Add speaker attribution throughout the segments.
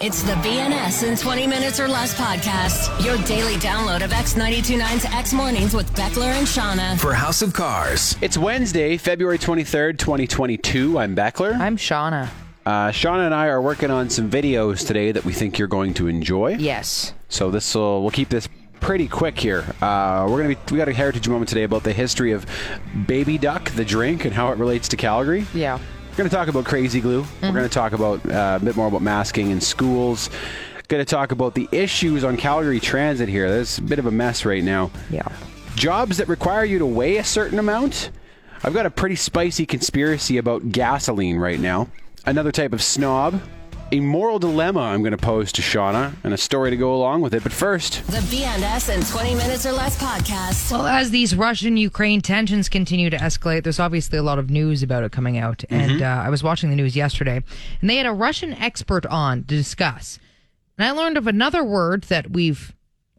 Speaker 1: It's the BNS in 20 Minutes or Less podcast, your daily download of X929's X Mornings with Beckler and Shauna.
Speaker 2: for House of Cars.
Speaker 3: It's Wednesday, February 23rd, 2022. I'm Beckler.
Speaker 4: I'm Shauna.
Speaker 3: Uh, Shauna and I are working on some videos today that we think you're going to enjoy.
Speaker 4: Yes.
Speaker 3: So this will we'll keep this pretty quick here. Uh, we're gonna be we got a heritage moment today about the history of Baby Duck, the drink, and how it relates to Calgary.
Speaker 4: Yeah. Mm-hmm.
Speaker 3: We're gonna talk about crazy glue. We're gonna talk about uh, a bit more about masking in schools. Gonna talk about the issues on Calgary Transit here. There's a bit of a mess right now.
Speaker 4: Yeah.
Speaker 3: jobs that require you to weigh a certain amount. I've got a pretty spicy conspiracy about gasoline right now. Another type of snob. A moral dilemma I'm going to pose to Shauna and a story to go along with it. But first,
Speaker 1: The BNS in 20 Minutes or Less podcast.
Speaker 5: Well, as these Russian Ukraine tensions continue to escalate, there's obviously a lot of news about it coming out.
Speaker 3: Mm-hmm.
Speaker 5: And uh, I was watching the news yesterday, and they had a Russian expert on to discuss. And I learned of another word that we've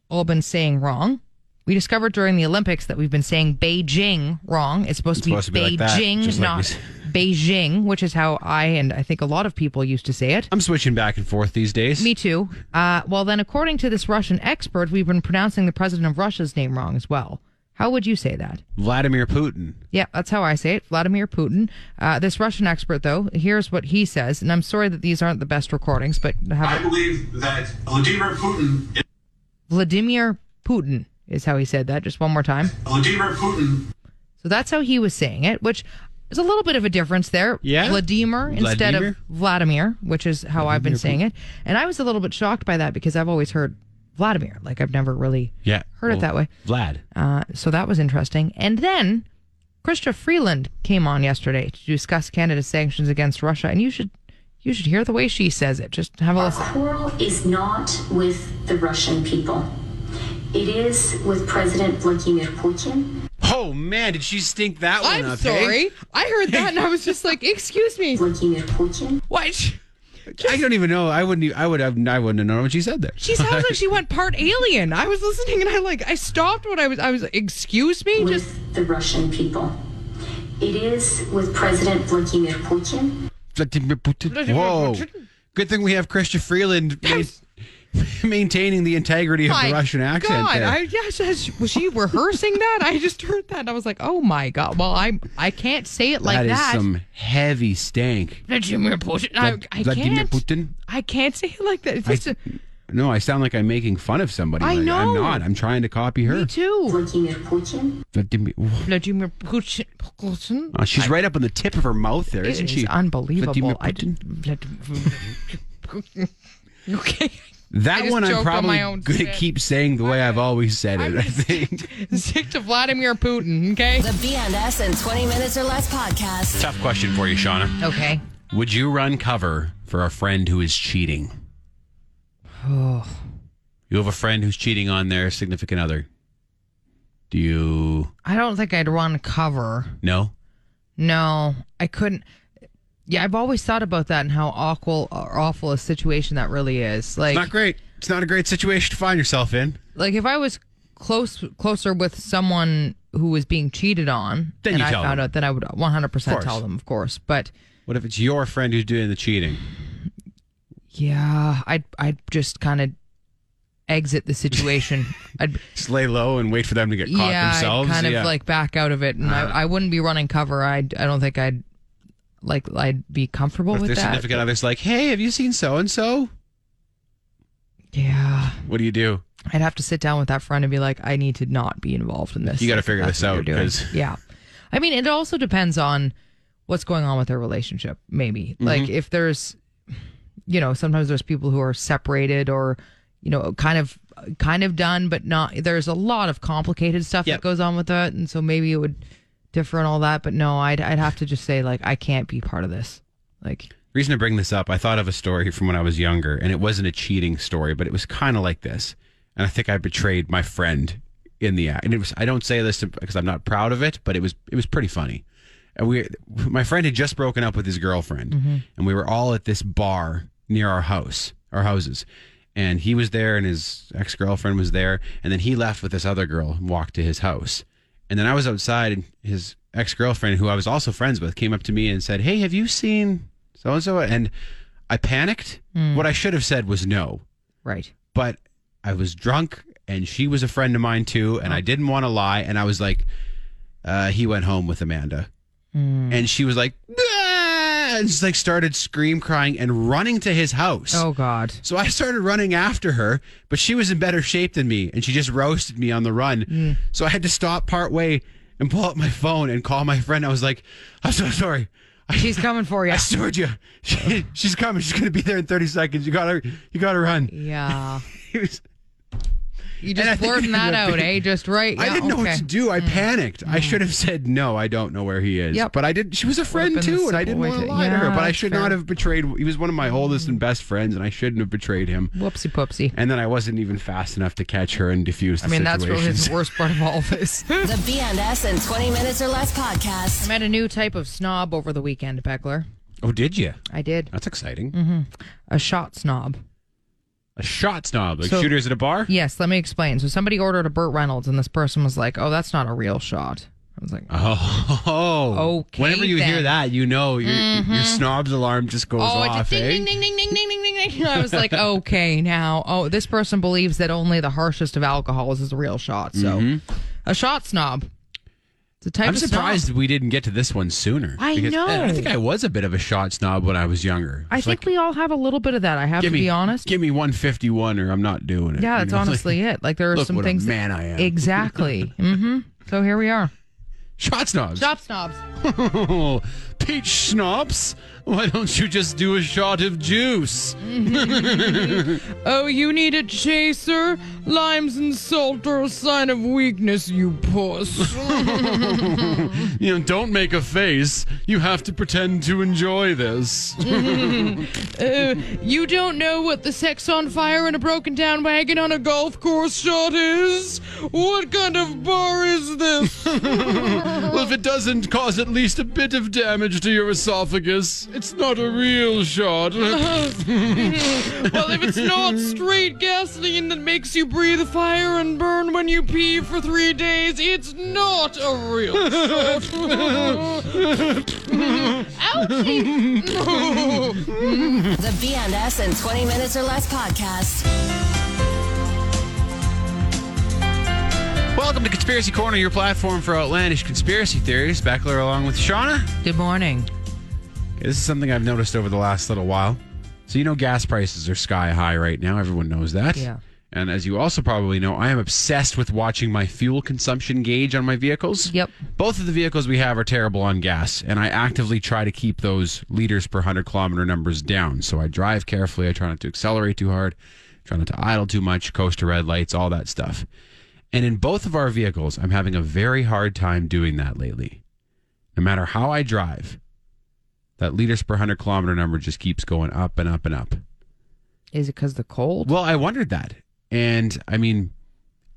Speaker 5: all been saying wrong. We discovered during the Olympics that we've been saying Beijing wrong. It's supposed,
Speaker 3: supposed to be like that,
Speaker 5: Beijing,
Speaker 3: just like we
Speaker 5: not
Speaker 3: s-
Speaker 5: Beijing, which is how I and I think a lot of people used to say it.
Speaker 3: I'm switching back and forth these days.
Speaker 5: Me too. Uh, well, then, according to this Russian expert, we've been pronouncing the president of Russia's name wrong as well. How would you say that?
Speaker 3: Vladimir Putin.
Speaker 5: Yeah, that's how I say it. Vladimir Putin. Uh, this Russian expert, though, here's what he says, and I'm sorry that these aren't the best recordings, but
Speaker 6: I
Speaker 5: have it.
Speaker 6: believe that Vladimir Putin,
Speaker 5: Vladimir Putin is how he said that. Just one more time.
Speaker 6: Vladimir Putin,
Speaker 5: So that's how he was saying it, which is a little bit of a difference there.
Speaker 3: Yeah.
Speaker 5: Vladimir instead
Speaker 3: Vladimir?
Speaker 5: of Vladimir, which is how I've been saying it. And I was a little bit shocked by that because I've always heard Vladimir. Like I've never really
Speaker 3: Yeah.
Speaker 5: heard it that way.
Speaker 3: Vlad.
Speaker 5: Uh, so that was interesting. And then Krista Freeland came on yesterday to discuss Canada's sanctions against Russia, and you should you should hear the way she says it. Just have a listen.
Speaker 7: quarrel is not with the Russian people. It is with President Vladimir Putin.
Speaker 3: Oh, man, did she stink that one up? eh?
Speaker 5: I heard that, and I was just like, "Excuse me,
Speaker 7: Vladimir Putin.
Speaker 5: what?"
Speaker 3: I don't even know. I wouldn't. e- I would. have- I wouldn't have known what she said there.
Speaker 5: She sounds like she went part alien. I was listening, and I like I stopped what I was. I was, like, "Excuse me," just
Speaker 7: With the Russian people. It is with President Vladimir Putin.
Speaker 3: Vladimir Putin.
Speaker 5: Vladimir
Speaker 3: Whoa.
Speaker 5: Putin.
Speaker 3: Good thing we have Christian Freeland ma- maintaining the integrity of
Speaker 5: My
Speaker 3: the Russian accent.
Speaker 5: God,
Speaker 3: there.
Speaker 5: I, yes, yes, was she rehearsing that? I just heard that. And I was like, "Oh my god!" Well, I I can't say it like
Speaker 3: that is
Speaker 5: that.
Speaker 3: some heavy stank.
Speaker 5: Vladimir Putin. I, I
Speaker 3: Vladimir
Speaker 5: can't.
Speaker 3: Putin.
Speaker 5: I can't say it like that. It's just a-
Speaker 3: No, I sound like I'm making fun of somebody.
Speaker 5: I
Speaker 3: Like, I'm
Speaker 5: know.
Speaker 3: not. I'm trying to copy
Speaker 5: me
Speaker 3: her.
Speaker 5: too.
Speaker 7: Vladimir Putin.
Speaker 3: Vladimir. Oh,
Speaker 5: Vladimir Putin. Putin.
Speaker 3: Ah, she's right up on the tip of her mouth there,
Speaker 5: It
Speaker 3: isn't
Speaker 5: is
Speaker 3: she? Vladimir
Speaker 5: unbelievable. I
Speaker 3: Putin.
Speaker 5: didn't- okay. I
Speaker 3: That
Speaker 5: just
Speaker 3: one I'm
Speaker 5: joke on
Speaker 3: probably
Speaker 5: my own
Speaker 3: going to
Speaker 5: set.
Speaker 3: keep saying the way I've always said it.
Speaker 5: I'm
Speaker 3: I
Speaker 5: just-
Speaker 3: think.
Speaker 5: Stick to Vladimir Putin. Okay.
Speaker 1: The BNS in 20 Minutes or Less podcast.
Speaker 3: Tough question for you, Shauna.
Speaker 5: Okay.
Speaker 3: Would you run cover for a friend who is cheating?
Speaker 5: Oh.
Speaker 3: You have a friend who's cheating on their significant other. Do you
Speaker 5: I don't think I'd run cover.
Speaker 3: know?
Speaker 5: No, I couldn't. Yeah, I've always thought about that and how awful, awful a situation that really is. Like,
Speaker 3: Not great. It's not a great situation to find yourself in.
Speaker 5: like if I was close closer with someone who was being cheated on,
Speaker 3: Then
Speaker 5: and
Speaker 3: you
Speaker 5: I
Speaker 3: tell
Speaker 5: found
Speaker 3: them.
Speaker 5: out that I would 100%
Speaker 3: Of course.
Speaker 5: tell them, of course. But
Speaker 3: What if it's your friend who's doing the cheating?
Speaker 5: yeah, I'd I'd just kind of exit the situation. I'd
Speaker 3: Just lay low and wait for them to get caught
Speaker 5: yeah,
Speaker 3: themselves.
Speaker 5: I'd kind
Speaker 3: Yeah. Uh-huh.
Speaker 5: of like back out of it, and I, I wouldn't be running cover. I I don't think I'd like I'd be comfortable
Speaker 3: if
Speaker 5: with
Speaker 3: their
Speaker 5: that.
Speaker 3: significant other's like, "Hey, have you seen so and so?"
Speaker 5: yeah,
Speaker 3: What do you do?
Speaker 5: I'd have to sit down with that friend and be like, I need to not be involved in this.
Speaker 3: You gotta
Speaker 5: Like,
Speaker 3: figure
Speaker 5: that's
Speaker 3: this
Speaker 5: what you're
Speaker 3: out,
Speaker 5: doing.
Speaker 3: 'cause-
Speaker 5: yeah, I mean, it also depends on what's going on with their relationship. Maybe
Speaker 3: Mm-hmm.
Speaker 5: like if there's, you know, sometimes there's people who are separated or, you know, kind of kind of done, but not. There's a lot of complicated stuff
Speaker 3: Yep.
Speaker 5: that goes on with that, and so maybe it would differ and all that. But no, I'd I'd have to just say like I can't be part of this. Like
Speaker 3: Reason to bring this up, I thought of a story from when I was younger, and it wasn't a cheating story, but it was kind of like this. And I think I betrayed my friend in the act. And it was I don't say this because I'm not proud of it, but it was it was pretty funny. And we, my friend had just broken up with his girlfriend, and we were all at this bar near our house, our houses. And he was there, and his ex girlfriend was there, and then he left with this other girl and walked to his house. And then I was outside, and his ex girlfriend, who I was also friends with, came up to me and said, "Hey, have you seen so and so?" And I panicked. What I should have said was no,
Speaker 5: Right.
Speaker 3: but I was drunk and she was a friend of mine too, and I didn't want to lie. And I was like, uh, he went home with Amanda.
Speaker 5: Hmm.
Speaker 3: And she was like, "Ah!" and just like started scream crying and running to his house.
Speaker 5: Oh God.
Speaker 3: So I started running after her, but she was in better shape than me and she just roasted me on the run.
Speaker 5: Hmm.
Speaker 3: So I had to stop partway and pull up my phone and call my friend. I was like, I'm so sorry. I,
Speaker 5: She's coming for you.
Speaker 3: I stored you. She, she's coming. She's going to be there in 30 seconds. You got to you got to run.
Speaker 5: Yeah.
Speaker 3: It was-
Speaker 5: You
Speaker 3: And I
Speaker 5: just
Speaker 3: think it
Speaker 5: blurting that
Speaker 3: ended up
Speaker 5: out,
Speaker 3: being-
Speaker 5: eh? Just right.
Speaker 3: I
Speaker 5: yeah,
Speaker 3: didn't know
Speaker 5: okay. Mm.
Speaker 3: what to do. I panicked. I should have said no. I don't know where he is.
Speaker 5: Yep.
Speaker 3: But I did. She was a friend
Speaker 5: been the
Speaker 3: too, and I
Speaker 5: simple
Speaker 3: didn't
Speaker 5: way
Speaker 3: want to
Speaker 5: to-
Speaker 3: lie to her.
Speaker 5: Yeah,
Speaker 3: But I
Speaker 5: that's
Speaker 3: should
Speaker 5: fair. Mm.
Speaker 3: not have betrayed. He was one of my oldest and best friends, and I shouldn't have betrayed him.
Speaker 5: Whoopsie poopsie.
Speaker 3: And then I wasn't even fast enough to catch her and diffuse the
Speaker 5: I mean, that's
Speaker 3: situation.
Speaker 5: really the worst part of all this. I
Speaker 1: The BNS in 20 minutes or less podcast.
Speaker 5: met a new type of snob over the weekend, Beckler.
Speaker 3: oh, did you?
Speaker 5: I did.
Speaker 3: That's exciting.
Speaker 5: Mm-hmm. A shot snob.
Speaker 3: A shot snob, like
Speaker 5: So-
Speaker 3: shooters at a bar.
Speaker 5: Yes, let me explain. So somebody ordered a Burt Reynolds, and this person was like, "Oh, that's not a real shot." I was like,
Speaker 3: Oh, oh.
Speaker 5: Okay,
Speaker 3: Whenever you hear
Speaker 5: then. Mm-hmm.
Speaker 3: that, you know your your snob's alarm just goes
Speaker 5: "Oh,
Speaker 3: off.
Speaker 5: it's a
Speaker 3: eh?
Speaker 5: ding, ding, ding, ding, ding, ding, ding, ding." I was like, "Okay, now, oh, this person believes that only the harshest of alcohols is a real shot." So, a shot snob. It's a type
Speaker 3: Mm-hmm. I'm
Speaker 5: of
Speaker 3: surprised
Speaker 5: Snob.
Speaker 3: we didn't get to this one sooner.
Speaker 5: I
Speaker 3: because
Speaker 5: know.
Speaker 3: I think I was a bit of a shot snob when I was younger.
Speaker 5: I
Speaker 3: It's
Speaker 5: think
Speaker 3: like,
Speaker 5: we all have a little bit of that. I have to
Speaker 3: give me,
Speaker 5: be honest.
Speaker 3: Give me 151 or I'm not doing it.
Speaker 5: yeah,
Speaker 3: you
Speaker 5: that's
Speaker 3: know?
Speaker 5: honestly it. Like there are
Speaker 3: Look
Speaker 5: some
Speaker 3: what a
Speaker 5: things. that-
Speaker 3: man I am.
Speaker 5: Exactly. hmm So here we are.
Speaker 3: shot snobs.
Speaker 5: Shop snobs.
Speaker 3: Peach snobs, why don't you just do a shot of juice?
Speaker 5: Oh, you need a chaser? Limes and salt are a sign of weakness, you puss.
Speaker 3: You know, don't make a face. You have to pretend to enjoy this.
Speaker 5: Uh, you don't know what the sex on fire in a broken down wagon on a golf course shot is? What kind of bar is this?
Speaker 3: well, if it doesn't cause at least a bit of damage to your esophagus, it's not a real shot.
Speaker 5: well, if it's not straight gasoline that makes you breathe fire and burn when you pee for three days, it's not a real shot. Ouchie!
Speaker 1: The BNS in 20 minutes or less podcast.
Speaker 3: Welcome to Conspiracy Corner, your platform for outlandish conspiracy theories. Beckler along with Shauna.
Speaker 5: Good morning.
Speaker 3: This is something I've noticed over the last little while. So, you know, gas prices are sky high right now. Everyone knows that.
Speaker 5: Yeah.
Speaker 3: And as you also probably know, I am obsessed with watching my fuel consumption gauge on my vehicles.
Speaker 5: Yep.
Speaker 3: Both of the vehicles we have are terrible on gas, and I actively try to keep those liters per 100 kilometer numbers down. So I drive carefully, I try not to accelerate too hard, try not to idle too much, coast to red lights, all that stuff. And in both of our vehicles, I'm having a very hard time doing that lately. No matter how I drive, that liters per 100 kilometer number just keeps going up and up and up.
Speaker 5: Is it because the cold?
Speaker 3: Well, I wondered that. And I mean,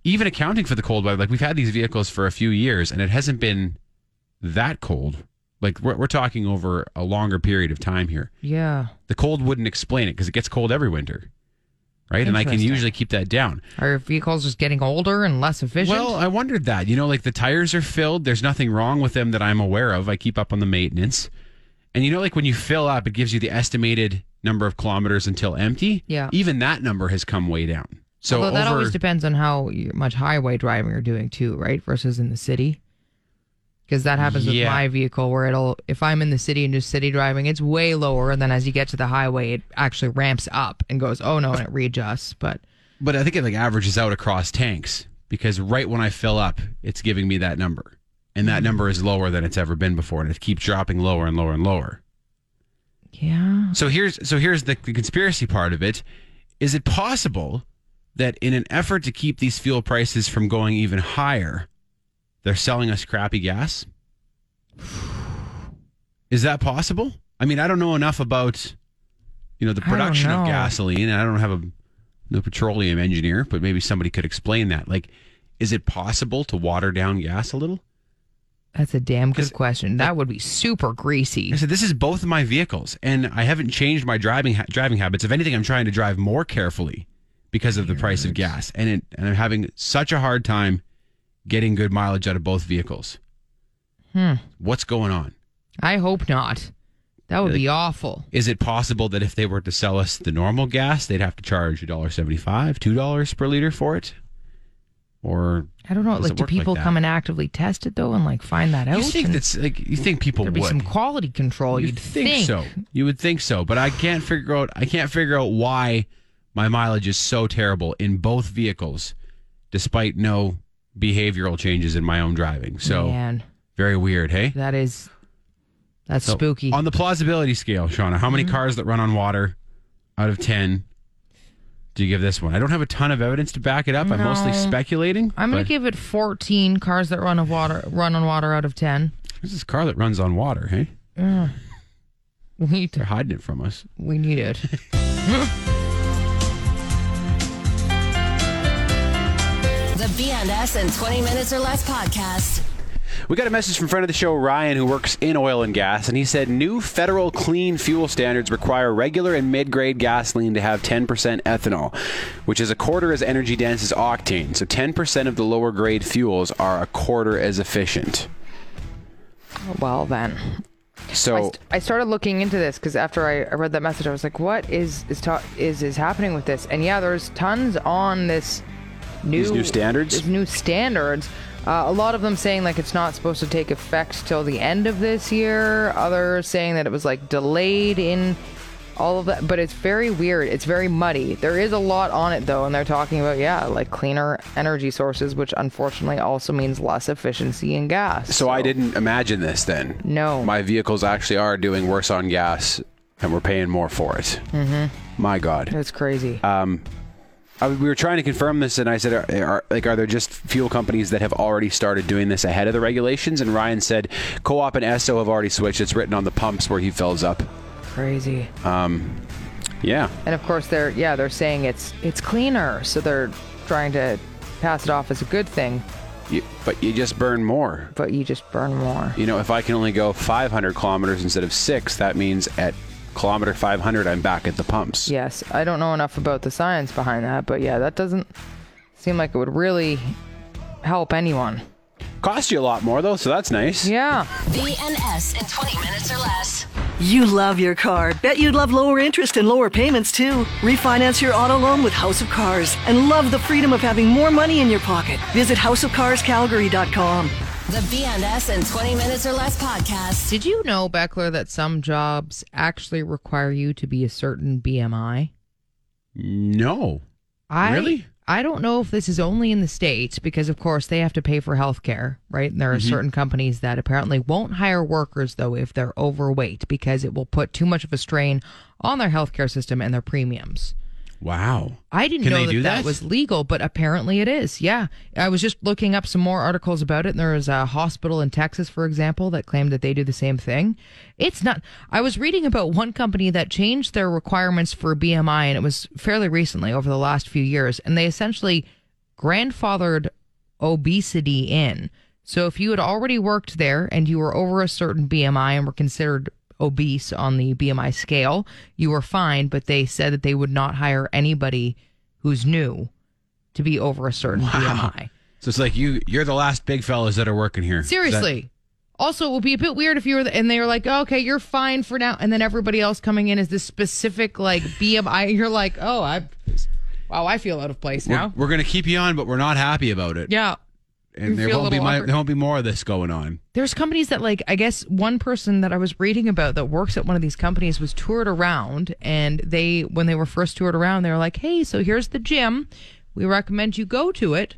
Speaker 3: even accounting for the cold weather, like we've had these vehicles for a few years and it hasn't been that cold. Like we're, we're talking over a longer period of time here.
Speaker 5: Yeah.
Speaker 3: The cold wouldn't explain it because it gets cold every winter, right? And I can
Speaker 5: Interesting.
Speaker 3: usually keep that down.
Speaker 5: Are your vehicles just getting older and less efficient?
Speaker 3: Well, I wondered that. You know, like the tires are filled. There's nothing wrong with them that I'm aware of. I keep up on the maintenance. And you know, like when you fill up, it gives you the estimated number of kilometers until empty.
Speaker 5: Yeah.
Speaker 3: Even that number has come way down. So
Speaker 5: Although that
Speaker 3: over,
Speaker 5: always depends on how you- much highway driving you're doing too, right? Versus in the city. Because that happens with
Speaker 3: Yeah.
Speaker 5: my vehicle where it'll, if I'm in the city and just city driving, it's way lower. And then as you get to the highway, it actually ramps up and goes, oh no, and it readjusts. But
Speaker 3: But I think it like averages out across tanks because right when I fill up, it's giving me that number. And that number is lower than it's ever been before. And it keeps dropping lower and lower and lower.
Speaker 5: yeah.
Speaker 3: So here's so here's the, the conspiracy part of it. Is it possible that in an effort to keep these fuel prices from going even higher, they're selling us crappy gas? Is that possible? I mean, I don't know enough about you know the
Speaker 5: I don't
Speaker 3: production
Speaker 5: know.
Speaker 3: of gasoline, and I don't have a no petroleum engineer, but maybe somebody could explain that. Like, is it possible to water down gas a little?
Speaker 5: That's a damn good
Speaker 3: 'Cause-
Speaker 5: question. That would be super greasy.
Speaker 3: I said, "This is both of my vehicles, and I haven't changed my driving ha- driving habits. If anything, I'm trying to drive more carefully because of the price of gas, and it, and I'm having such a hard time getting good mileage out of both vehicles.
Speaker 5: Hmm.
Speaker 3: What's going on?
Speaker 5: I hope not. That would be awful.
Speaker 3: Is it possible that if they were to sell us the normal gas, they'd have to charge $1.75, $2 per liter for it? Or
Speaker 5: I don't know.
Speaker 3: does
Speaker 5: Like,
Speaker 3: it
Speaker 5: do
Speaker 3: work like
Speaker 5: people
Speaker 3: that?
Speaker 5: come and actively test it though, and like find that out?
Speaker 3: You think
Speaker 5: And
Speaker 3: that's like you think people
Speaker 5: there'd
Speaker 3: would
Speaker 5: be some quality control? You'd think,
Speaker 3: so. You would think so, but I can't figure out. I can't figure out why my mileage is so terrible in both vehicles, despite no behavioral changes in my own driving. So
Speaker 5: Man,
Speaker 3: very weird, hey?
Speaker 5: that is that's
Speaker 3: So,
Speaker 5: spooky. Mm-hmm.
Speaker 3: On the plausibility scale, Shauna, how many cars that run on water out of ten do you give this one? I don't have a ton of evidence to back it up. I'm mostly
Speaker 5: No.
Speaker 3: speculating.
Speaker 5: I'm gonna
Speaker 3: but
Speaker 5: give it 14 cars that run of water run on water out of 10.
Speaker 3: this is a car that runs on water. Hey,
Speaker 5: We need
Speaker 3: they're
Speaker 5: to-
Speaker 3: hiding it from us.
Speaker 5: we need it.
Speaker 1: The BNS in 20 Minutes or Less podcast.
Speaker 3: We got a message from friend of the show Ryan, who works in oil and gas, and he said new federal clean fuel standards require regular and mid-grade gasoline to have 10% ethanol, which is a quarter as energy dense as octane. So 10% of the lower grade fuels are a quarter as efficient.
Speaker 5: well then, I,
Speaker 3: So
Speaker 5: st- I started looking into this because after I, I read that message, I was like, "What is is ta- is is happening with this?" And yeah, there's tons on this new
Speaker 3: These new standards?
Speaker 5: These new standards. Uh, a lot of them saying like it's not supposed to take effect till the end of this year. Others saying that it was like delayed in all of that. But it's very weird. It's very muddy. There is a lot on it though, and they're talking about yeah, like cleaner energy sources, which unfortunately also means less efficiency in gas.
Speaker 3: so I didn't imagine this then.
Speaker 5: No.
Speaker 3: My vehicles actually are doing worse on gas and we're paying more for it. Mm-hmm. My god.
Speaker 5: It's crazy.
Speaker 3: Uh, I, we were trying to confirm this, and I said, are, are, like, are there just fuel companies that have already started doing this ahead of the regulations? And Ryan said, Co-op and Esso have already switched. It's written on the pumps where he fills up.
Speaker 5: crazy.
Speaker 3: Yeah,
Speaker 5: And of course, they're yeah, they're saying it's it's cleaner, so they're trying to pass it off as a good thing,
Speaker 3: you, but you just burn more.
Speaker 5: but you just burn more.
Speaker 3: You know, if I can only go 500 kilometers instead of six, that means at kilometer 500, I'm back at the pumps.
Speaker 5: Yes, I don't know enough about the science behind that, but yeah, that doesn't seem like it would really help anyone.
Speaker 3: Cost you a lot more though, so that's nice.
Speaker 5: Yeah.
Speaker 1: BNS in 20 Minutes or Less.
Speaker 2: You love your car. Bet you'd love lower interest and lower payments too. Refinance your auto loan with House of Cars and love the freedom of having more money in your pocket. Visit houseofcarscalgary.com.
Speaker 1: The BNS in 20 Minutes or Less podcast.
Speaker 5: Did you know, Beckler, that some jobs actually require you to be a certain BMI?
Speaker 3: No,
Speaker 5: I,
Speaker 3: Really?
Speaker 5: I don't know if this is only in the States because, of course, they have to pay for health care, right? And there are certain companies that apparently won't hire workers, though, if they're overweight because it will put too much of a strain on their health care system and their premiums.
Speaker 3: wow.
Speaker 5: I didn't
Speaker 3: Can
Speaker 5: know
Speaker 3: they
Speaker 5: that,
Speaker 3: do
Speaker 5: that
Speaker 3: that?
Speaker 5: was legal, but apparently it is. Yeah. I was just looking up some more articles about it, and there was a hospital in Texas, for example, that claimed that they do the same thing. It's not. I was reading about one company that changed their requirements for BMI, and it was fairly recently over the last few years, and they essentially grandfathered obesity in. So if you had already worked there and you were over a certain BMI and were considered obese on the BMI scale, you were fine, but they said that they would not hire anybody who's new to be over a certain BMI.
Speaker 3: So it's like you, you're the last big fellas that are working here. Is that-
Speaker 5: Seriously. also, it would be a bit weird if you were, the, and they were like, okay, you're fine for now. And then everybody else coming in is this specific, like, BMI. You're like, oh, I, wow, I feel out of place
Speaker 3: we're,
Speaker 5: now.
Speaker 3: we're gonna keep you on, but we're not happy about it.
Speaker 5: Yeah. you
Speaker 3: and there
Speaker 5: feel a
Speaker 3: won't be
Speaker 5: little
Speaker 3: my,
Speaker 5: awkward.
Speaker 3: there won't be more of this going on.
Speaker 5: there's companies that like i guess one person that i was reading about that works at one of these companies was toured around and they when they were first toured around they were like hey so here's the gym we recommend you go to it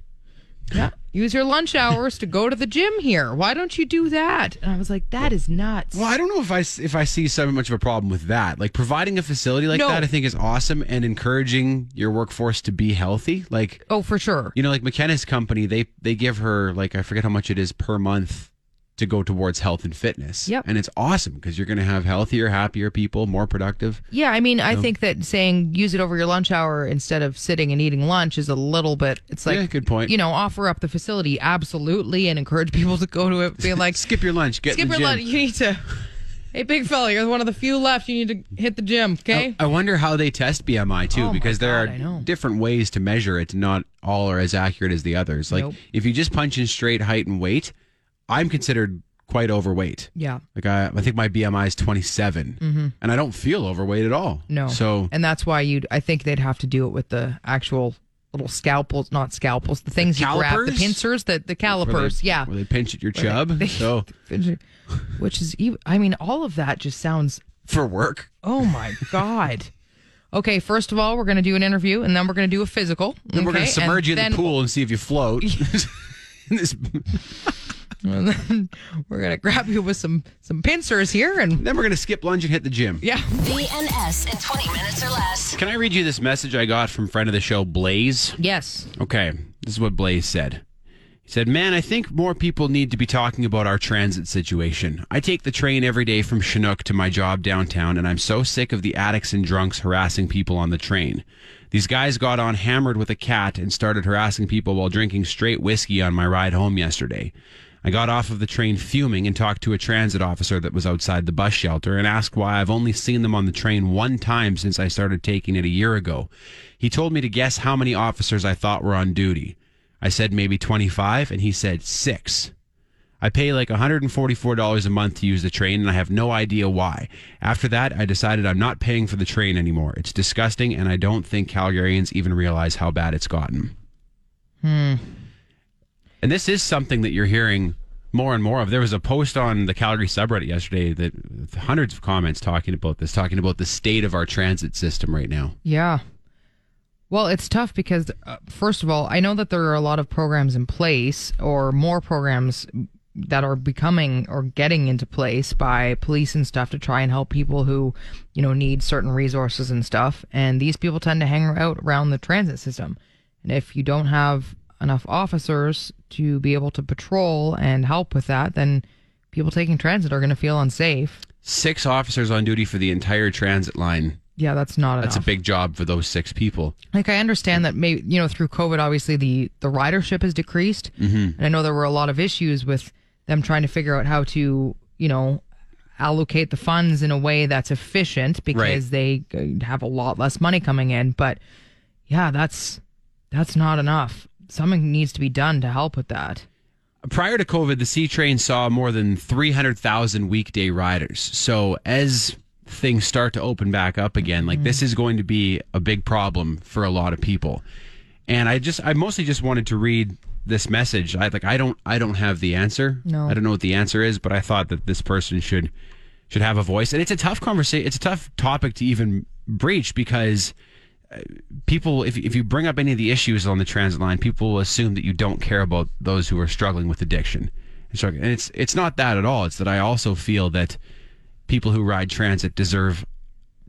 Speaker 5: yeah use your lunch hours to go to the gym here why don't you do that and i was like that is nuts
Speaker 3: Well, I don't know if I s- if I see so much of a problem with that. Like providing a facility like
Speaker 5: No.
Speaker 3: that, I think is awesome and encouraging your workforce to be healthy. Like
Speaker 5: oh for sure
Speaker 3: you know, like McKenna's company, they they give her like I forget how much it is per month to go towards health and fitness.
Speaker 5: Yep.
Speaker 3: and it's awesome because you're going to have healthier, happier people, more productive.
Speaker 5: yeah i mean i think that saying use it over your lunch hour instead of sitting and eating lunch is a little bit it's like
Speaker 3: Yeah, good point.
Speaker 5: you know offer up the facility absolutely and encourage people to go to it be like
Speaker 3: skip your lunch, get in
Speaker 5: Skipper
Speaker 3: the gym.
Speaker 5: Lund, you need to. Hey, big fella, you're one of the few left. You need to hit the gym, okay?
Speaker 3: Oh, I wonder how they test BMI too,
Speaker 5: Oh my
Speaker 3: because there
Speaker 5: God, I know.
Speaker 3: are different ways to measure it. Not all are as accurate as the others. Like
Speaker 5: Nope.
Speaker 3: if you just punch in straight height and weight, I'm considered quite overweight.
Speaker 5: Yeah.
Speaker 3: Like I, I think my BMI is 27, and I don't feel overweight at all.
Speaker 5: Mm-hmm. No.
Speaker 3: So
Speaker 5: and that's why you'd. I think they'd have to do it with the actual little scalpels, not scalpels, the things you grab, the
Speaker 3: calipers?
Speaker 5: pincers, the the
Speaker 3: where
Speaker 5: calipers.
Speaker 3: they,
Speaker 5: yeah.
Speaker 3: where they pinch at your chub. so
Speaker 5: Which is, ev- I mean, all of that just sounds.
Speaker 3: for work,
Speaker 5: Oh my god. Okay, first of all, we're going to do an interview, and then we're going to do a physical.
Speaker 3: then we're
Speaker 5: okay?
Speaker 3: gonna
Speaker 5: And
Speaker 3: submerge you in
Speaker 5: then-
Speaker 3: the pool and see if you float. In this-
Speaker 5: And then we're going to grab you with some some pincers here, and
Speaker 3: then we're gonna skip lunch and hit the gym.
Speaker 5: yeah,
Speaker 1: BNS in 20 minutes or less.
Speaker 3: Can I read you this message I got from friend of the show Blaze?
Speaker 5: yes,
Speaker 3: Okay, this is what Blaze said. He said, Man, I think more people need to be talking about our transit situation. I take the train every day from Chinook to my job downtown, and I'm so sick of the addicts and drunks harassing people on the train. These guys got on hammered with a cat and started harassing people while drinking straight whiskey on my ride home yesterday. I got off of the train fuming and talked to a transit officer that was outside the bus shelter and asked why I've only seen them on the train one time since I started taking it a year ago. He told me to guess how many officers I thought were on duty. I said maybe 25, and he said six. I pay like $144 a month to use the train, and I have no idea why. After that, I decided I'm not paying for the train anymore. It's disgusting, and I don't think Calgarians even realize how bad it's gotten. Hmm. And this is something that you're hearing more and more of. There was a post on the Calgary subreddit yesterday that with hundreds of comments talking about this, talking about the state of our transit system right now.
Speaker 5: yeah. Well, it's tough because uh, first of all, I know that there are a lot of programs in place, or more programs that are becoming or getting into place by police and stuff to try and help people who, you know, need certain resources and stuff. And these people tend to hang out around the transit system. And if you don't have enough officers to be able to patrol and help with that, then people taking transit are going to feel unsafe.
Speaker 3: Six officers on duty for the entire transit line.
Speaker 5: Yeah, that's not enough.
Speaker 3: That's a big job for those six people.
Speaker 5: like I understand that maybe you know through COVID, obviously the the ridership has decreased, and I know there were a lot of issues with them trying to figure out how to you know allocate the funds in a way that's efficient because they uh, have a lot less money coming in. But yeah, that's that's not enough. Something needs to be done to help with that.
Speaker 3: Prior to COVID, the C train saw more than 300,000 weekday riders. So as things start to open back up again, like this is going to be a big problem for a lot of people. And I just I mostly just wanted to read this message. I like I don't I don't have the answer.
Speaker 5: No.
Speaker 3: I don't know what the answer is, but I thought that this person should should have a voice. And it's a tough conversation. It's a tough topic to even breach because people if, if you bring up any of the issues on the transit line people will assume that you don't care about those who are struggling with addiction and, strugg- and it's it's not that at all it's that i also feel that people who ride transit deserve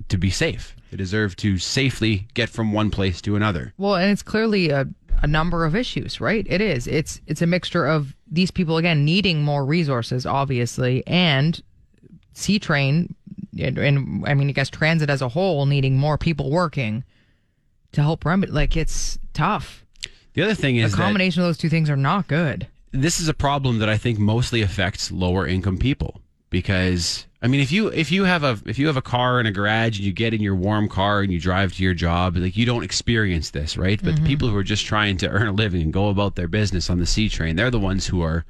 Speaker 3: to be safe they deserve to safely get from one place to another
Speaker 5: Well, and it's clearly a, a number of issues, right? It is. It's it's a mixture of these people again needing more resources, obviously, and C train, and, and I mean, I guess transit as a whole needing more people working to help remedy. Like it's tough.
Speaker 3: the other thing is
Speaker 5: the
Speaker 3: that
Speaker 5: combination of those two things are not good.
Speaker 3: this is a problem that I think mostly affects lower income people because I mean if you if you have a if you have a car in a garage and you get in your warm car and you drive to your job like you don't experience this right but the people who are just trying to earn a living and go about their business on the C train they're the ones who are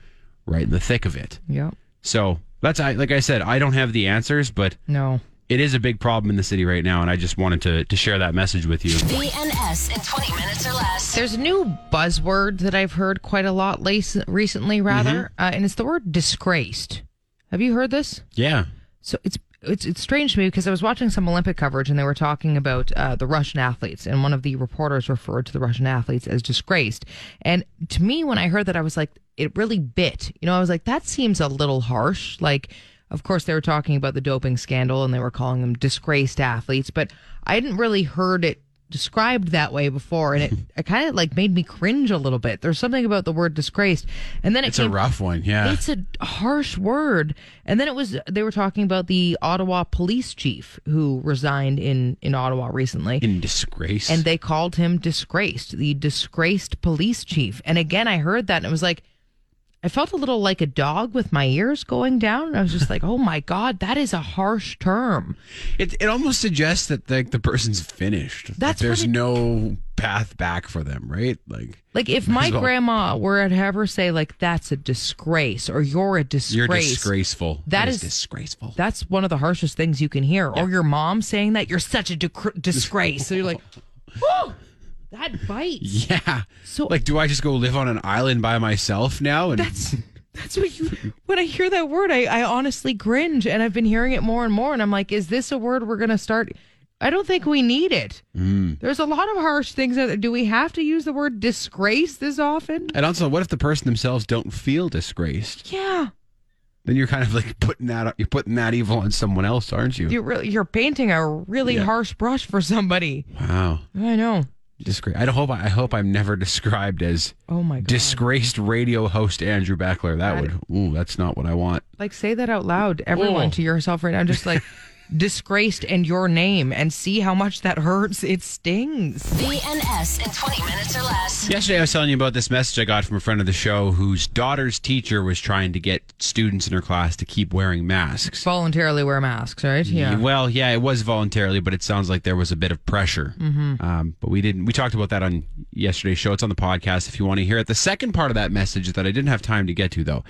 Speaker 3: right in the thick of it
Speaker 5: Yep.
Speaker 3: so that's I like I said I don't have the answers but
Speaker 5: No.
Speaker 3: it is a big problem in the city right now and I just wanted to to share that message with you
Speaker 1: BNS in 20 minutes or less.
Speaker 5: There's a new buzzword that I've heard quite a lot lace- recently, rather,
Speaker 3: Mm-hmm.
Speaker 5: uh, and it's the word disgraced. Have you heard this?
Speaker 3: yeah
Speaker 5: So it's it's it's strange to me because I was watching some Olympic coverage and they were talking about uh, the Russian athletes and one of the reporters referred to the Russian athletes as disgraced. And to me, when I heard that, I was like, it really bit. You know, I was like, that seems a little harsh. Like, of course, they were talking about the doping scandal and they were calling them disgraced athletes, but I hadn't really heard it described that way before, and it, it kind of like made me cringe a little bit. There's something about the word disgraced, and then it
Speaker 3: it's a
Speaker 5: came,
Speaker 3: rough one yeah
Speaker 5: it's a harsh word. And then it was they were talking about the Ottawa police chief who resigned in in Ottawa recently.
Speaker 3: in disgrace
Speaker 5: and they called him disgraced, the disgraced police chief. And again, I heard that and it was like I felt a little like a dog with my ears going down. And I was just like, "Oh my god, that is a harsh term."
Speaker 3: It it almost suggests that like the person's finished.
Speaker 5: That's
Speaker 3: there's
Speaker 5: what it-
Speaker 3: no path back for them, right? Like
Speaker 5: Like if my
Speaker 3: As well.
Speaker 5: grandma were to have her say like that's a disgrace or you're a disgrace.
Speaker 3: you're disgraceful.
Speaker 5: That is-
Speaker 3: disgraceful.
Speaker 5: That's one of the harshest things you can hear. Or your mom saying that you're such a dec- disgrace. so you're like, oh, that bites.
Speaker 3: yeah.
Speaker 5: So-
Speaker 3: So like, do I just go live on an island by myself now? And
Speaker 5: That's that's what you. When I hear that word, I, I honestly cringe, and I've been hearing it more and more. And I'm like, is this a word we're gonna start? I don't think we need it. There's a lot of harsh things. Out there. Do we have to use the word disgrace this often?
Speaker 3: and also, what if the person themselves don't feel disgraced?
Speaker 5: Yeah,
Speaker 3: Then you're kind of like putting that you're putting that evil on someone else, aren't you?
Speaker 5: you're really you're painting a really
Speaker 3: Yeah.
Speaker 5: harsh brush for somebody.
Speaker 3: wow.
Speaker 5: I know.
Speaker 3: Disgrace. I don't hope I hope I'm never described as
Speaker 5: Oh my god.
Speaker 3: disgraced radio host Andrew Beckler. That
Speaker 5: That-
Speaker 3: would ooh, that's not what I want.
Speaker 5: Like say that out loud, everyone
Speaker 3: Oh.
Speaker 5: to yourself right now. Just like disgraced and your name, and see how much that hurts. It stings.
Speaker 1: BNS in 20 minutes or less.
Speaker 3: Yesterday, I was telling you about this message I got from a friend of the show whose daughter's teacher was trying to get students in her class to keep wearing masks.
Speaker 5: Voluntarily wear masks, right?
Speaker 3: Well, yeah, it was voluntarily, but it sounds like there was a bit of pressure. Um, but we didn't. We talked about that on yesterday's show. It's on the podcast if you want to hear it. The second part of that message that I didn't have time to get to though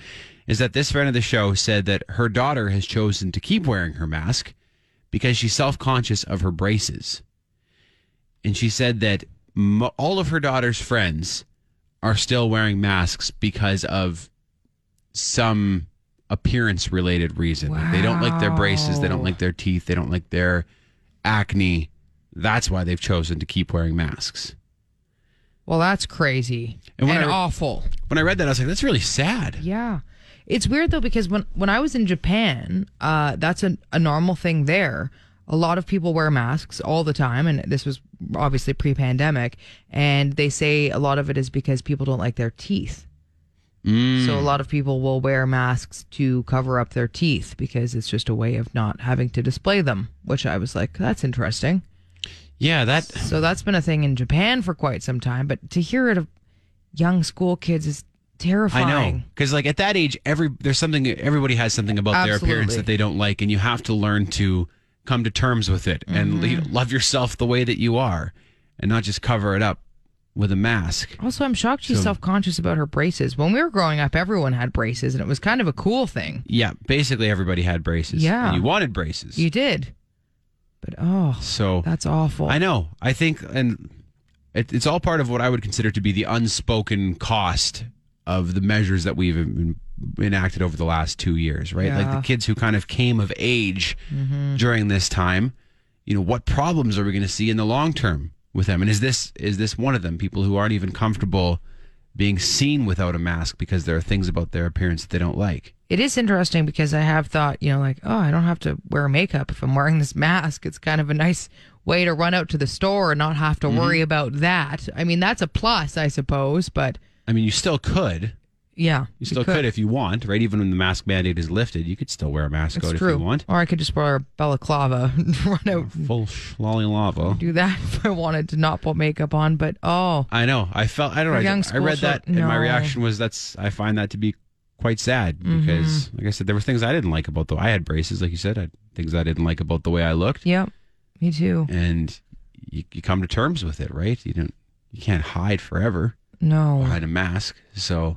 Speaker 3: is that this friend of the show said that her daughter has chosen to keep wearing her mask because she's self conscious of her braces, and she said that m- all of her daughter's friends are still wearing masks because of some appearance related reason. Like, they don't like their braces, they don't
Speaker 5: Wow.
Speaker 3: like their teeth, they don't like their acne. That's why they've chosen to keep wearing masks.
Speaker 5: Well, that's crazy
Speaker 3: And
Speaker 5: and,
Speaker 3: when I-
Speaker 5: awful.
Speaker 3: When I read that, I was like, that's really sad.
Speaker 5: Yeah. It's weird though because when when I was in Japan, uh, that's a, a normal thing there. A lot of people wear masks all the time, and this was obviously pre-pandemic. And they say a lot of it is because people don't like their teeth. So a lot of people will wear masks to cover up their teeth because it's just a way of not having to display them. Which I was like, that's interesting.
Speaker 3: Yeah, that.
Speaker 5: So that's been a thing in Japan for quite some time, but to hear it of young school kids is terrifying.
Speaker 3: I know, because like at that age, every there's something everybody has something about their appearance
Speaker 5: Absolutely.
Speaker 3: that they don't like, and you have to learn to come to terms with it and
Speaker 5: Mm-hmm.
Speaker 3: le- love yourself the way that you are, and not just cover it up with a mask.
Speaker 5: Also, I'm shocked she's
Speaker 3: So-
Speaker 5: self conscious about her braces. When we were growing up, everyone had braces, and it was kind of a cool thing.
Speaker 3: Yeah, basically everybody had braces.
Speaker 5: Yeah.
Speaker 3: and you wanted braces.
Speaker 5: You did. But oh,
Speaker 3: so
Speaker 5: that's awful.
Speaker 3: I know. I think, and it, it's all part of what I would consider to be the unspoken cost of the measures that we've en- enacted over the last two years, right? Like
Speaker 5: Yeah. Mm-hmm.
Speaker 3: the kids who kind of came of age during this time. You know, what problems are we going to see in the long term with them? And is this is this one of them? People who aren't even comfortable being seen without a mask because there are things about their appearance that they don't like.
Speaker 5: It is interesting because I have thought, you know, like, oh, I don't have to wear makeup if I'm wearing this mask. It's kind of a nice way to run out to the store and not have to
Speaker 3: Mm-hmm.
Speaker 5: worry about that. I mean, that's a plus, I suppose, but
Speaker 3: I mean, you still could.
Speaker 5: yeah.
Speaker 3: You still could. if you want, right? Even when the mask mandate is lifted, you could still wear a mask
Speaker 5: It's
Speaker 3: out
Speaker 5: true.
Speaker 3: if you want. Oh.
Speaker 5: Or I could just wear a balaclava and run out and
Speaker 3: full schlolly lava.
Speaker 5: do that if I wanted to not put makeup on. But oh,
Speaker 3: I know. I felt. I don't know. I-
Speaker 5: young
Speaker 3: I,
Speaker 5: school
Speaker 3: read that,
Speaker 5: chil-
Speaker 3: and my
Speaker 5: no. Mm-hmm.
Speaker 3: reaction was that's. I find that to be quite sad because, like I said, there were things I didn't like about the. I had braces, like you said. I had things I didn't like about the way I looked,
Speaker 5: yep, me too.
Speaker 3: and you, you come to terms with it, right? You don't. You can't hide forever
Speaker 5: No,
Speaker 3: behind a mask. So,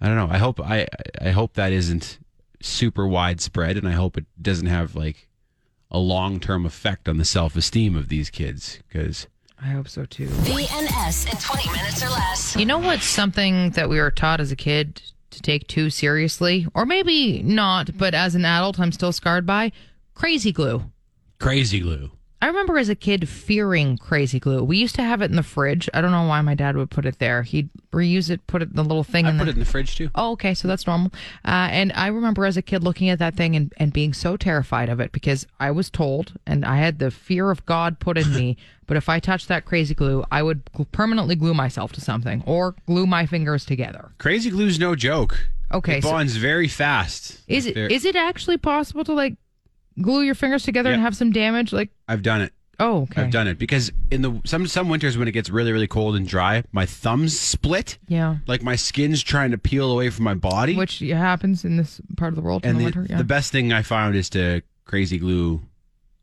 Speaker 3: I don't know. I hope. I I hope that isn't super widespread, and I hope it doesn't have like a long term effect on the self esteem of these kids because.
Speaker 5: I hope so too.
Speaker 1: BNS in 20 minutes or less.
Speaker 5: You know what's something that we were taught as a kid to take too seriously, or maybe not, but as an adult, I'm still scarred by crazy glue.
Speaker 3: Crazy glue.
Speaker 5: I remember as a kid fearing crazy glue. We used to have it in the fridge. I don't know why my dad would put it there. He'd reuse it, put it in the little thing,
Speaker 3: I
Speaker 5: and
Speaker 3: put
Speaker 5: then-
Speaker 3: it in the fridge too.
Speaker 5: Oh, okay. So that's normal. Uh, and I remember as a kid looking at that thing and, and being so terrified of it because I was told and I had the fear of God put in me. but if I touched that crazy glue, I would gl- permanently glue myself to something or glue my fingers together.
Speaker 3: Crazy glue's no joke.
Speaker 5: Okay,
Speaker 3: It
Speaker 5: so-
Speaker 3: bonds very fast.
Speaker 5: Is
Speaker 3: Like
Speaker 5: it
Speaker 3: there-
Speaker 5: is it actually possible to like glue your fingers together and
Speaker 3: Yeah.
Speaker 5: have some damage? Like,
Speaker 3: I've done it.
Speaker 5: oh, okay.
Speaker 3: I've done it because in the some some winters when it gets really really cold and dry, my thumbs split.
Speaker 5: Yeah.
Speaker 3: Like my skin's trying to peel away from my body.
Speaker 5: Which yeah, happens in this part of the world in
Speaker 3: and
Speaker 5: the,
Speaker 3: the,
Speaker 5: winter. Yeah.
Speaker 3: the best thing I found is to crazy glue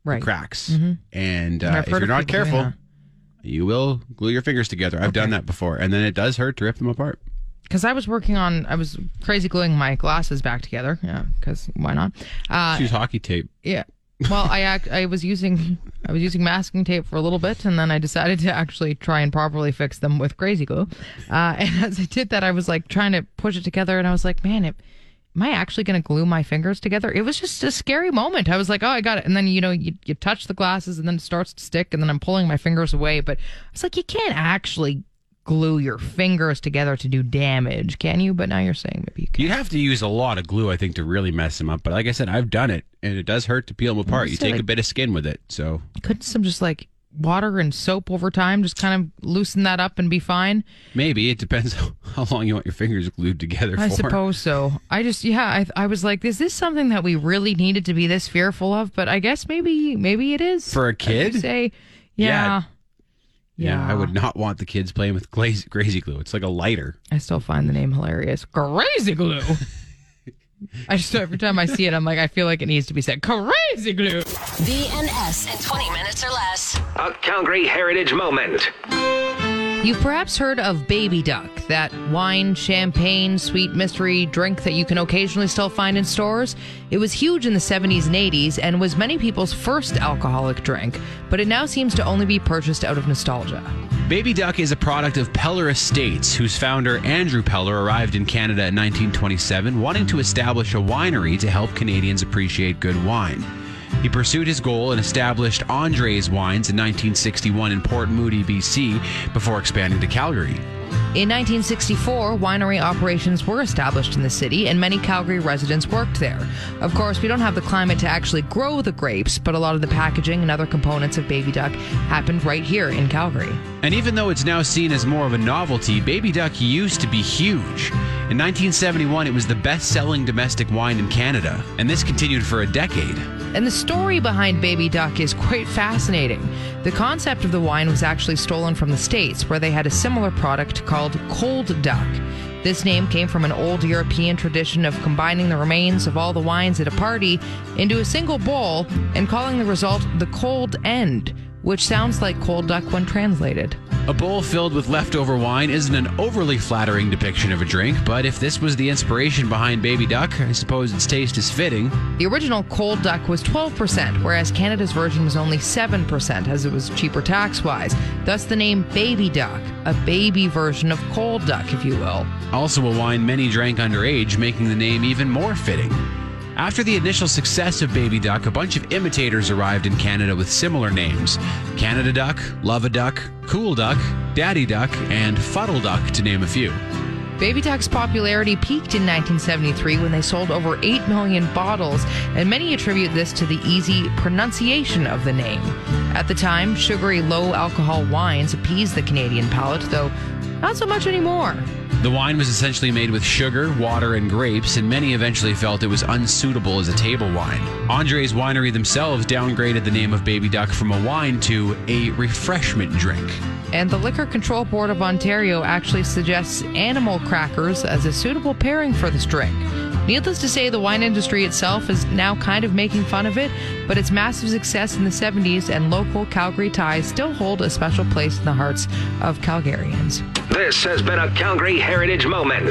Speaker 5: right.
Speaker 3: cracks. And uh,
Speaker 5: I've
Speaker 3: if
Speaker 5: heard
Speaker 3: you're
Speaker 5: of
Speaker 3: not
Speaker 5: people doing
Speaker 3: careful,
Speaker 5: that.
Speaker 3: you will glue your fingers together. I've done that before, and then it does hurt to rip them apart.
Speaker 5: because I was working on, I was crazy gluing my glasses back together. Yeah, because why not? Uh,
Speaker 3: Use hockey tape.
Speaker 5: yeah. Well, I act, I was using I was using masking tape for a little bit, and then I decided to actually try and properly fix them with crazy glue. Uh, and as I did that, I was like trying to push it together, and I was like, man, it, am I actually going to glue my fingers together? It was just a scary moment. I was like, oh, I got it. And then you know you you touch the glasses, and then it starts to stick, and then I'm pulling my fingers away, but I was like, you can't actually glue your fingers together to do damage, can you? But now you're saying maybe you can.
Speaker 3: You'd have to use a lot of glue, I think, to really mess them up. But like I said, I've done it, and it does hurt to peel them apart. You
Speaker 5: say,
Speaker 3: take a
Speaker 5: Mm, like-
Speaker 3: bit of skin with it, so
Speaker 5: couldn't some just like water and soap over time just kind of loosen that up and be fine
Speaker 3: maybe it depends how long you want your fingers glued together.
Speaker 5: i
Speaker 3: for.
Speaker 5: suppose so i just yeah I, I was like is this something that we really needed to be this fearful of but i guess maybe maybe it is
Speaker 3: For a
Speaker 5: Like you
Speaker 3: kid?
Speaker 5: say
Speaker 3: Yeah.
Speaker 5: yeah,
Speaker 3: Yeah, I would not want the kids playing with glaze, crazy glue. It's like a lighter.
Speaker 5: I still find the name hilarious. Crazy glue. I just every time I see it, I'm like, I feel like it needs to be said. Crazy glue.
Speaker 1: BNS in 20 minutes or less.
Speaker 4: A Calgary Heritage Moment.
Speaker 5: You've perhaps heard of Baby Duck, that wine, champagne, sweet mystery drink that you can occasionally still find in stores. It was huge in the 70s and 80s and was many people's first alcoholic drink, but it now seems to only be purchased out of nostalgia.
Speaker 3: Baby Duck is a product of Peller Estates, whose founder Andrew Peller arrived in Canada in 1927, wanting to establish a winery to help Canadians appreciate good wine. He pursued his goal and established Andre's Wines in 1961 in Port Moody, BC, before expanding to Calgary.
Speaker 5: In 1964, winery operations were established in the city, and many Calgary residents worked there. Of course, we don't have the climate to actually grow the grapes, but a lot of the packaging and other components of Baby Duck happened right here in Calgary.
Speaker 3: And even though it's now seen as more of a novelty, Baby Duck used to be huge. In 1971, it was the best selling domestic wine in Canada, and this continued for a decade.
Speaker 5: And the story behind Baby Duck is quite fascinating. The concept of the wine was actually stolen from the States, where they had a similar product called Cold Duck. This name came from an old European tradition of combining the remains of all the wines at a party into a single bowl and calling the result the cold end, which sounds like cold duck when translated.
Speaker 3: A bowl filled with leftover wine isn't an overly flattering depiction of a drink, but if this was the inspiration behind Baby Duck, I suppose its taste is fitting.
Speaker 5: The original cold duck was 12%, whereas Canada's version was only 7%, as it was cheaper tax wise. Thus, the name Baby Duck, a baby version of cold duck, if you will.
Speaker 3: Also, a wine many drank underage, making the name even more fitting. After the initial success of Baby Duck, a bunch of imitators arrived in Canada with similar names Canada Duck, Love a Duck, Cool Duck, Daddy Duck, and Fuddle Duck, to name a few.
Speaker 5: Baby Duck's popularity peaked in 1973 when they sold over 8 million bottles, and many attribute this to the easy pronunciation of the name. At the time, sugary low alcohol wines appeased the Canadian palate, though not so much anymore.
Speaker 3: The wine was essentially made with sugar, water, and grapes, and many eventually felt it was unsuitable as a table wine. Andre's Winery themselves downgraded the name of Baby Duck from a wine to a refreshment drink.
Speaker 5: And the Liquor Control Board of Ontario actually suggests animal crackers as a suitable pairing for this drink. Needless to say, the wine industry itself is now kind of making fun of it, but its massive success in the 70s and local Calgary ties still hold a special place in the hearts of Calgarians.
Speaker 4: This has been a Calgary Heritage Moment.